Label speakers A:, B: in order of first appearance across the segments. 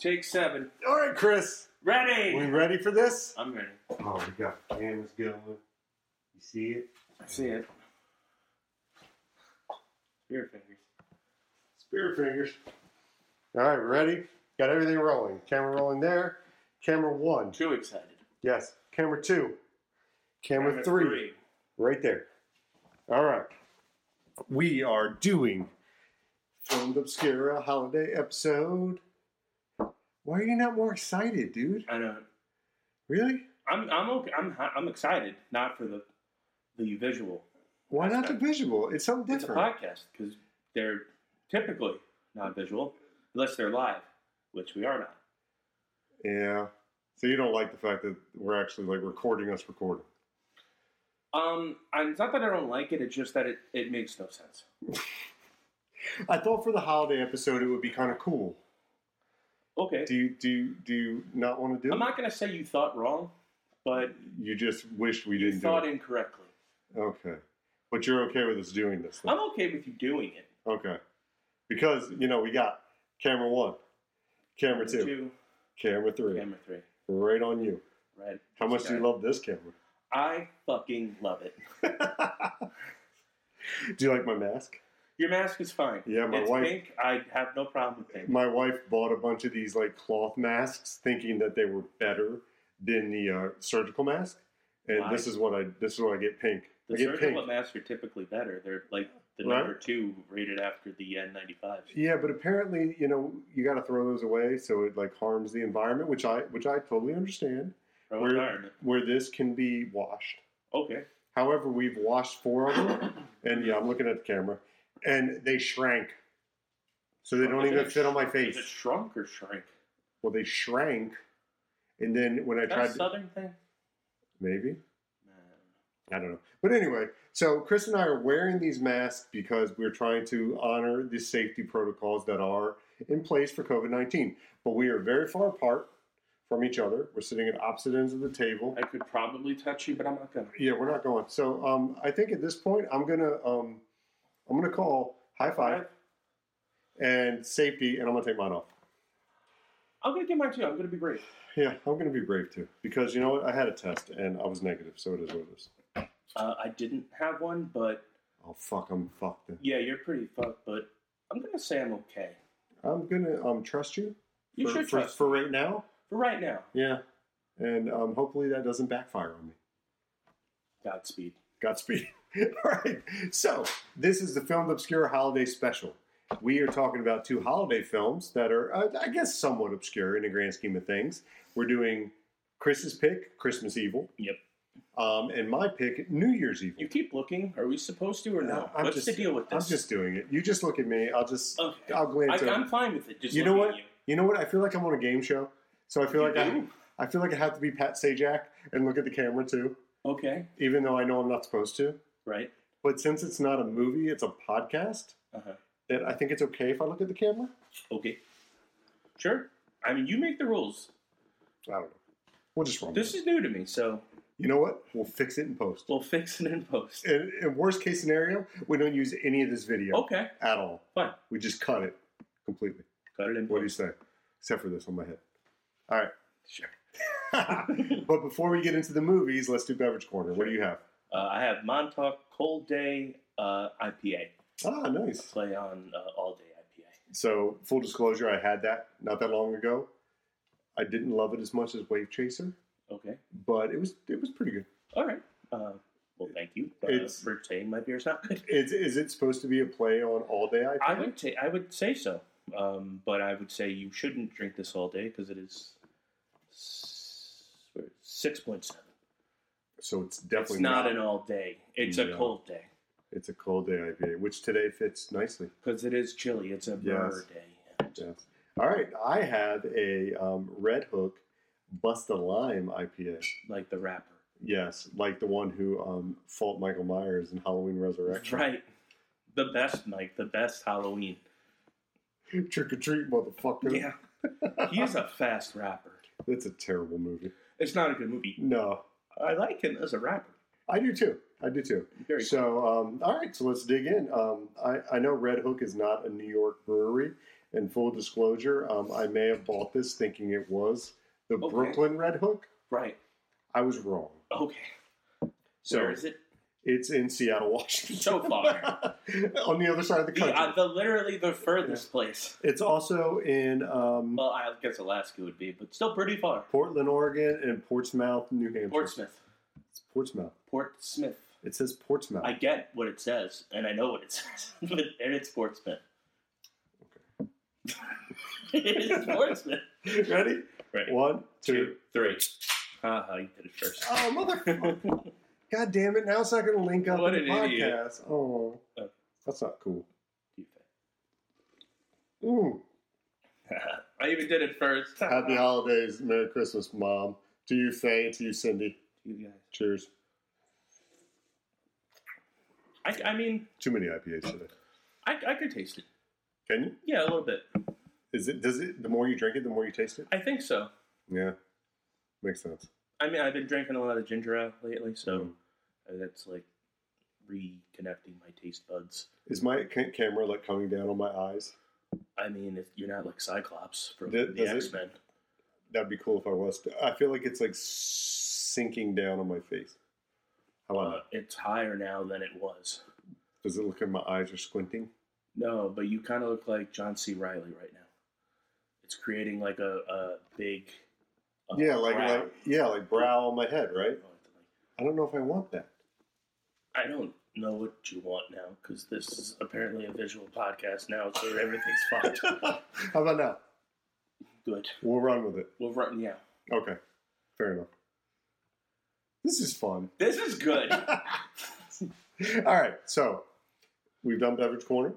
A: Take seven.
B: All right, Chris.
A: Ready.
B: We ready for this?
A: I'm ready.
B: Oh, we got the cameras going. You see it?
A: I see it. Your fingers.
B: Spear fingers. All right, ready? Got everything rolling. Camera rolling there. Camera one.
A: Too excited.
B: Yes. Camera two. Camera,
A: Number
B: three. Right there. All right. We are doing Filmed Obscura holiday episode. Why are you not more excited, dude?
A: I don't.
B: Really?
A: I'm. I'm okay. I'm. I'm excited. Not for the the visual.
B: Why not the visual? It's something
A: It's a
B: different.
A: podcast because they're typically not visual unless they're live, which we are not.
B: Yeah. So you don't like the fact that we're actually like recording us recording.
A: Um, and it's not that I don't like it. It's just that it, it makes no sense.
B: I thought for the holiday episode it would be kind of cool.
A: Okay,
B: Do you do you, do you not want to do
A: I'm
B: it?
A: not gonna say you thought wrong, but
B: you just wish we
A: you
B: didn't do
A: thought
B: it.
A: incorrectly.
B: Okay. But you're okay with us doing this then?
A: I'm okay with you doing it.
B: Okay. Because, you know, we got camera one, camera two, camera three.
A: camera three,
B: Right on you.
A: right?
B: How much do
A: Okay.
B: you love this camera?
A: I fucking love it.
B: do you like my mask?
A: Your mask is fine.
B: Yeah, my
A: it's
B: wife-
A: pink. I have no problem with pink.
B: My wife bought a bunch of these like cloth masks thinking that they were better than the uh, surgical mask. And
A: Why?
B: this is what I this is what I get pink.
A: The
B: I get pink.
A: surgical masks are typically better. They're like the
B: Right.
A: number two rated after the N95s.
B: Yeah, but apparently, you know, you got to throw those away so it like harms the environment, which I which I totally understand.
A: From
B: Where-
A: environment.
B: Where this can be washed.
A: Okay.
B: However, we've washed four of them, and yeah, I'm looking at the camera, and they shrank, so they don't
A: Is
B: even
A: it-
B: fit on my
A: Is
B: face.
A: it shrunk or shrank?
B: Well, they shrank, and then when I
A: Is that
B: tried,
A: a
B: to,
A: southern thing?
B: maybe
A: Nah.
B: I don't know. But anyway, so Chris and I are wearing these masks because we're trying to honor the safety protocols that are in place for COVID 19. But we are very far apart from each other. We're sitting at opposite ends of the table.
A: I could probably touch you, but I'm not gonna.
B: Yeah, we're not going. So um, I think at this point, I'm gonna um, I'm gonna call high five and safety, and I'm gonna take mine off.
A: I'm gonna get mine too. I'm gonna be brave.
B: Yeah, I'm gonna be brave too because you know what? I had a test and I was negative, so it is what it is.
A: Uh, I didn't have one, but
B: Oh fuck, I'm fucked. Then.
A: yeah, you're pretty fucked. But I'm gonna say I'm okay.
B: I'm gonna um trust you.
A: You
B: for,
A: should
B: for,
A: trust
B: for right now.
A: for right now.
B: Yeah, and um, hopefully that doesn't backfire on me.
A: Godspeed.
B: Godspeed. All right. So this is the Filmed Obscure Holiday Special. We are talking about two holiday films that are, uh, I guess, somewhat obscure in the grand scheme of things. We're doing Chris's pick, Christmas Evil.
A: Yep.
B: Um, and my pick, New Year's Evil.
A: You keep looking. Are we supposed to or no?
B: No, I'm
A: What's
B: just-
A: the deal with
B: I'm
A: this?
B: just doing it. You just look at me. I'll just,
A: okay.
B: I'll glance
A: Oh, I,
B: over.
A: I'm fine with it. Just
B: You know
A: looking at
B: you know what? I feel like I'm on a game show, so I feel
A: You
B: like I,
A: do?
B: I feel like I have to be Pat Sajak and look at the camera too,
A: Okay.
B: even though I know I'm not supposed to.
A: Right.
B: But since it's not a movie, it's a podcast.
A: Uh-huh.
B: That I think it's okay if I look at the camera.
A: Okay. Sure. I mean, you make the rules.
B: I don't know. We'll just run.
A: This
B: with it.
A: is new to me, so
B: you know what? We'll fix it in post.
A: we'll fix it in post.
B: In, in worst case scenario, we don't use any of this video
A: Okay.
B: at all.
A: Fine.
B: We just cut it completely.
A: Cut it in
B: What do you
A: post.
B: say? Except for this on my head. All
A: Sure.
B: right. but before we get into the movies, let's do beverage corner. What do you have?
A: Uh, I have Montauk Cold Day uh, IPA.
B: Ah, nice.
A: Play on uh, all day IPA.
B: So full disclosure, I had that not that long ago. I didn't love it as much as Wave Chaser,
A: Okay.
B: but it was it was pretty good.
A: All right. Uh, well, thank you uh,
B: It's-
A: for saying my beer's not good.
B: Is, is it supposed to be a play on all day? IPA?
A: I would say I would say so, um, but I would say you shouldn't drink this all day because it is six point seven.
B: so it's
A: It's
B: definitely
A: not an all day. It's a
B: No.
A: cold day
B: It's a cold day IPA, which today fits nicely.
A: because it is chilly. It's a burr day.
B: Yes. All right, I have a um, Red Hook Bust a Lime IPA.
A: like the wrapper.
B: Yes, like the one who um, fought Michael Myers in Halloween
A: That's
B: Resurrection.
A: right. The best, Mike. The best Halloween.
B: Trick or treat, motherfucker.
A: Yeah. He is a fast rapper.
B: It's a terrible movie.
A: It's not a good movie.
B: No,
A: I like him as a rapper.
B: I do too. I do too.
A: Very
B: So, um, all right, so let's dig in. Um, I, I know Red Hook is not a New York brewery, and full disclosure, um, I may have bought this thinking it was the
A: Okay.
B: Brooklyn Red Hook.
A: Right.
B: I was wrong.
A: Okay.
B: So
A: Where is it?
B: it's in Seattle, Washington.
A: So far.
B: on the other side of the country.
A: The, uh, the literally the furthest place.
B: it's also in um,
A: Well, I guess Alaska would be, but still pretty far.
B: Portland, Oregon, and Portsmouth, New Hampshire.
A: Portsmouth.
B: It's Portsmouth.
A: Portsmouth.
B: It says Portsmouth.
A: I get what it says, and I know what it says, but and it's Portsmouth. it is Portsmouth.
B: Ready?
A: Ready.
B: One, two.
A: Two, three. Ha ha! Uh-huh, You did it first.
B: Oh, motherfucker. God damn it. Now it's not going to link up
A: What
B: in the
A: an
B: podcast.
A: idiot.
B: Oh,
A: Oh.
B: that's not cool. Ooh.
A: I even did it first.
B: Happy holidays. Merry Christmas, Mom. To you, Faye, and to you, Cindy.
A: You guys.
B: Cheers.
A: I, I mean,
B: Too many IPAs today.
A: I, I could taste it.
B: Can you?
A: Yeah, a little bit.
B: Is it, does it, the more you drink it, the more you taste it?
A: I think so.
B: Yeah. Makes sense.
A: I mean, I've been drinking a lot of ginger ale lately, so uh, that's like reconnecting my taste buds.
B: Is my ca- camera like coming down on my eyes?
A: I mean, if you're not like Cyclops from
B: Th-
A: the
B: does it-
A: X Men.
B: That'd be cool if I was. I feel like it's like sinking down on my face. How about
A: Uh,
B: that?
A: it's higher now than it was.
B: Does it look like my eyes are squinting?
A: No, but you kind of look like John C. Riley right now. It's creating like a, a big. uh,
B: yeah, like,
A: brow.
B: like yeah, like brow on my head, right?
A: I
B: I don't know if I want that.
A: don't know what you want now because this is apparently a visual podcast now, so everything's fucked.
B: How about now?
A: Good.
B: We'll run with it.
A: We'll run. Yeah.
B: Okay, fair enough. This is fun.
A: This is good.
B: All right, so we've done beverage corner.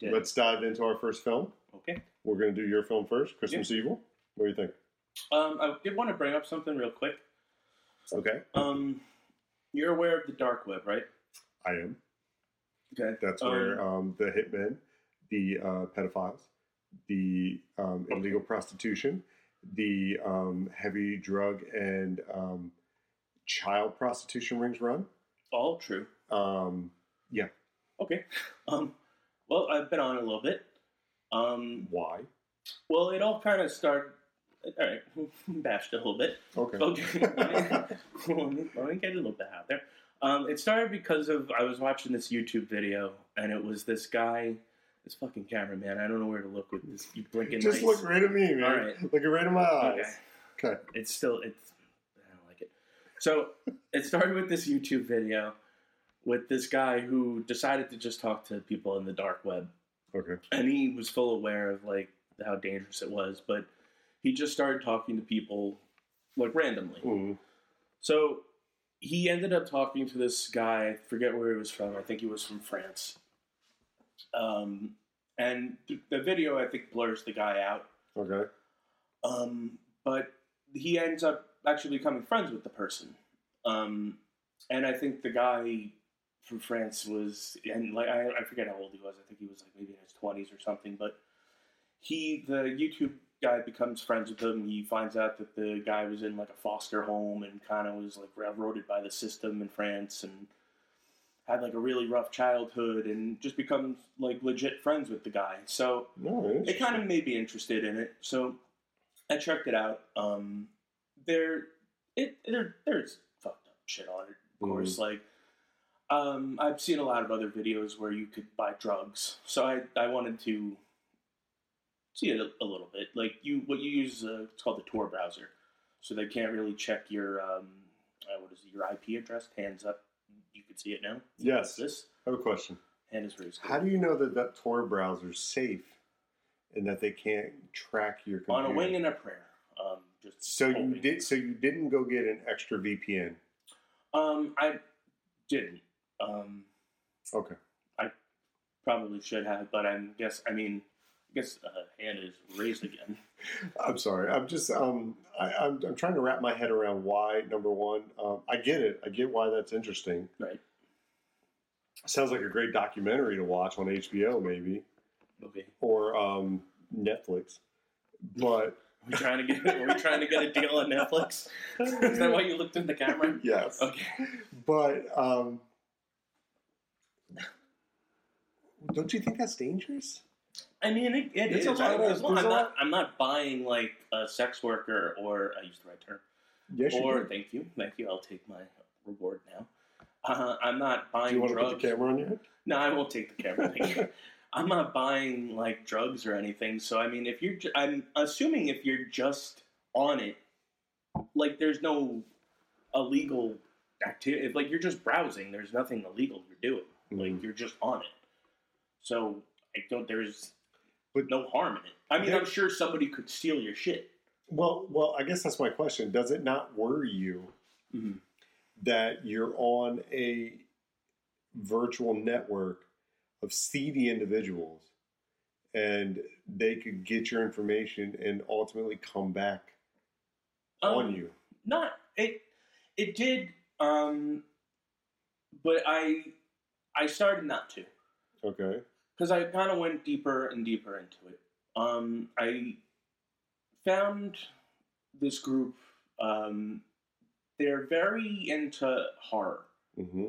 A: Yeah.
B: Let's dive into our first film.
A: Okay.
B: We're gonna do your film first, Christmas Evil. What do you think?
A: Um, I did want to bring up something real quick.
B: Okay,
A: Um, you're aware of the dark web, right?
B: I am.
A: Okay.
B: That's
A: Um,
B: where um, the hitmen, the uh, pedophiles, the um,
A: Okay.
B: illegal prostitution, the um, heavy drug and um, child prostitution rings run.
A: All true.
B: Um,
A: Okay. Um, well, I've been on a little bit. Um,
B: why?
A: well, it all kind of started. All right, bashed a little bit.
B: Okay.
A: Okay, let me, let me get a little bit out there. Um, it started because of I was watching this YouTube video, and it was this guy, this fucking cameraman. I don't know where to look with this. You blinking
B: Just
A: lights.
B: look right at me, man.
A: All right.
B: Look right in my eyes.
A: Okay.
B: Okay.
A: It's still it's I don't like it. So it started with this YouTube video with this guy who decided to just talk to people in the dark web.
B: Okay.
A: And he was full aware of like how dangerous it was, but he just started talking to people like randomly.
B: Mm.
A: So he ended up talking to this guy. I forget where he was from. I think he was from France. Um, and th- the video I think blurs the guy out.
B: Okay.
A: Um, but he ends up actually becoming friends with the person. Um, and I think the guy from France was, and like I, I forget how old he was. I think he was like maybe in his twenties or something. But he, the YouTube guy, becomes friends with him. He finds out that the guy was in like a foster home and kind of was like railroaded by the system in France and had like a really rough childhood and just becomes like legit friends with the guy. So
B: No,
A: it kind of made me interested in it, so I checked it out. Um, there, it there, there's fucked up shit on it, of
B: Mm-hmm.
A: course. Like, um, I've seen a lot of other videos where you could buy drugs, so I I wanted to see it a, a little bit. Like you, what you use, uh, it's called the Tor browser, so they can't really check your um, uh, what is it, your IP address. Hands up, you can see it now.
B: Yes. I
A: This
B: have a question.
A: hand is raised.
B: How do you know that that Tor browser's safe and that they can't track your
A: on
B: computer?
A: a wing and a prayer? Um, just
B: So you
A: hoping.
B: did. So you didn't go get an extra VPN.
A: Um, I didn't. Um,
B: Okay.
A: probably should have, but I guess I mean guess uh, hand is raised again.
B: I'm sorry. I'm just um, I, I'm, I'm trying to wrap my head around why number one. Um, I get it. I get why that's interesting.
A: Right.
B: Sounds like a great documentary to watch on HBO, maybe
A: Okay.
B: or um, Netflix. But
A: Are we trying to get are we trying to get a deal on Netflix? Is that why you looked in the camera?
B: yes,
A: Okay.
B: but um, don't you think that's dangerous?
A: I mean, it, it is.
B: It's a lot
A: I-
B: of-
A: I'm,
B: there's a
A: I'm
B: lot-
A: not. I'm not buying like a sex worker or I used the right term.
B: Yes, you
A: or
B: do.
A: thank you, thank you. I'll take my reward now. Uh, I'm not buying
B: Do you want to
A: drugs.
B: put the camera on your head?
A: No, I won't take the camera. Thank you. I'm not buying like drugs or anything. So I mean, if you're, ju- I'm assuming if you're just on it, like there's no illegal activity. If, like you're just browsing, there's nothing illegal you're doing.
B: Mm-hmm.
A: Like you're just on it. So I don't. There's
B: But-
A: no harm in it. I mean,
B: There-
A: I'm sure somebody could steal your shit.
B: Well, well, I guess that's my question. Does it not worry you Mm-hmm.
A: Mhm.
B: that you're on a virtual network of seedy individuals and they could get your information and ultimately come back on
A: Um,
B: you?
A: not it it did um but i i started not to
B: Okay.
A: because i kind of went deeper and deeper into it um i found this group um they're very into horror
B: Mm-hmm.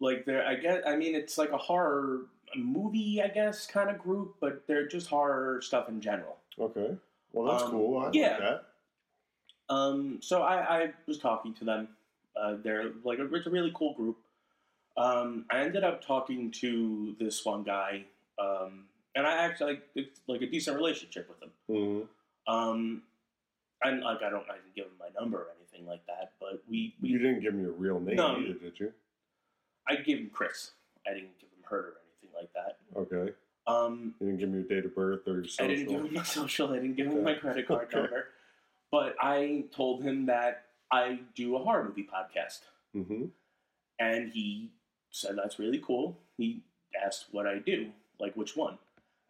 A: like they're i guess i mean it's like a horror movie i guess kind of group but they're just horror stuff in general
B: Okay. Well, that's
A: Um,
B: cool. I
A: yeah.
B: like that.
A: Um, so I, I was talking to them. Uh, they're like a, it's a really cool group. Um, I ended up talking to this one guy, um, and I actually like, it's like a decent relationship with him.
B: Mhm.
A: Um, and like I don't I didn't give him my number or anything like that, but we
B: You
A: we
B: didn't give me your real name
A: No.
B: either, did you?
A: I gave him Chris. I didn't give him her or anything like that.
B: Okay.
A: Um,
B: You didn't give me your date of birth or your
A: I
B: social.
A: didn't give him my social. I didn't give him my
B: Okay.
A: credit card
B: Okay.
A: number, but I told him that I do a horror movie podcast.
B: Mm-hmm.
A: And he said, That's really cool. He asked what I do, like which one.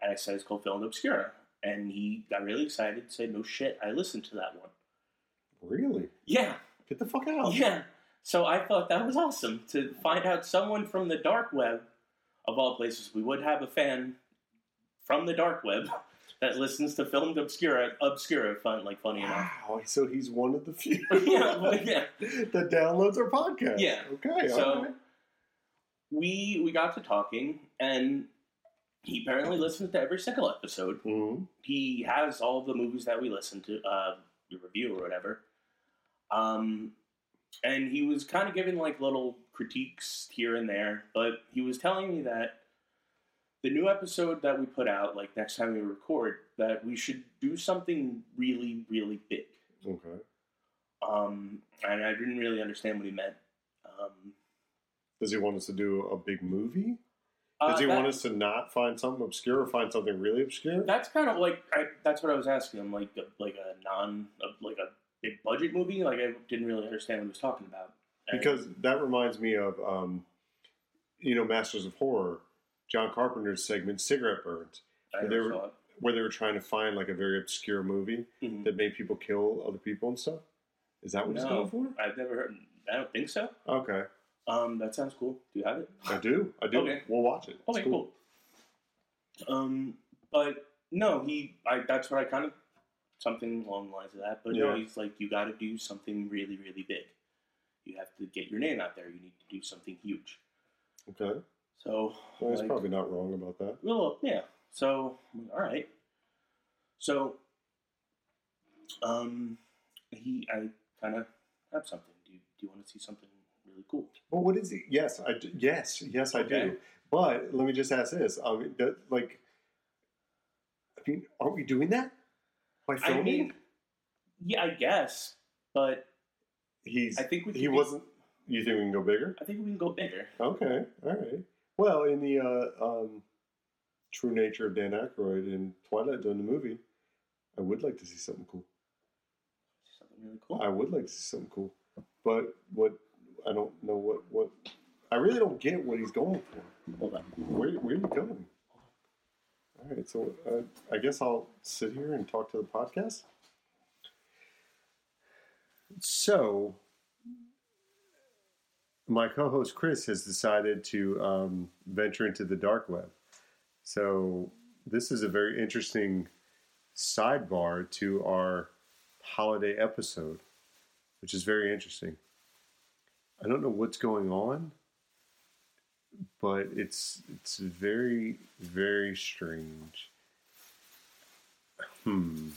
A: And I said, It's called Film Obscura. And he got really excited and said, No shit, I listened to that one.
B: Really?
A: Yeah,
B: Get the fuck out.
A: Oh, yeah. So I thought that was awesome to find out someone from the dark web, of all places, we would have a fan from the dark web that listens to Film Obscura, Obscura, fun, like funny enough.
B: Wow. So he's one of the few.
A: yeah, but yeah.
B: that downloads our podcast.
A: Yeah.
B: Okay.
A: So-
B: all right.
A: We, we got to talking, and he apparently listens to every single episode.
B: Mhm.
A: he has all the movies that we listen to, uh, we review or whatever. Um, and he was kind of giving like little critiques here and there, but he was telling me that the new episode that we put out, like next time we record, that we should do something really, really big.
B: Okay.
A: Um, and I didn't really understand what he meant. Um,
B: Does he want us to do a big movie?
A: uh,
B: Does he
A: that-
B: want us to not find something obscure or find something really obscure?
A: That's kind of like I, that's what I was asking him, like a, like a non a- like a big budget movie. Like I didn't really understand what he was talking about And-
B: because that reminds me of, um, you know, Masters of Horror, John Carpenter's segment Cigarette Burns,
A: I
B: they
A: never
B: were-
A: saw it.
B: where they were trying to find like a very obscure movie
A: Mhm.
B: that made people kill other people and stuff. Is that what he's
A: No.
B: going for?
A: I've never heard. I don't think so.
B: Okay,
A: Um, that sounds cool. Do you have it?
B: I do. I do.
A: Okay.
B: We'll watch it. It's
A: Okay, cool. Um, but no, he. I. That's what I kind of something along the lines of that. But no,
B: Yeah.
A: he's like, you got to do something really, really big. You have to get your name out there. You need to do something huge.
B: Okay.
A: So
B: Well, he's
A: like-
B: probably not wrong about that.
A: Well, yeah. So, all right. So, um, he, I kind of have something. Do you, do you want to see something really cool?
B: Well, what is it? Yes, I do. yes, yes, I do.
A: Okay.
B: But let me just ask this: I mean, that, like, I mean, are we doing that by filming?
A: I mean, yeah, I guess, but
B: he's
A: I think we. Can
B: he
A: do-
B: wasn't. You think we can go bigger?
A: I think we can go bigger.
B: Okay, all right. Well, in the uh, um, True Nature of Dan Aykroyd in Twilight Zone, the movie, I would like to see something cool.
A: Something really cool.
B: I would like to see something cool, but what I don't know what what I really don't get what he's going for.
A: Hold on.
B: Where where are you going? All right, so uh, I guess I'll sit here and talk to the podcast. So, my co host Chris has decided to um, venture into the dark web. So, this is a very interesting sidebar to our holiday episode, which is very interesting. I don't know what's going on, but it's it's very very strange. Hmm.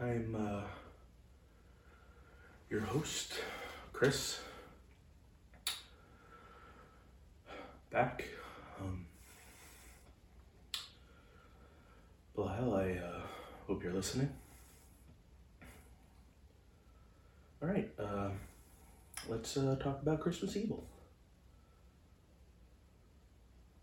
C: I'm uh, your host, Chris. Back. Um, Blyle, I uh, hope you're listening. All right, uh, let's uh, talk about Christmas Evil.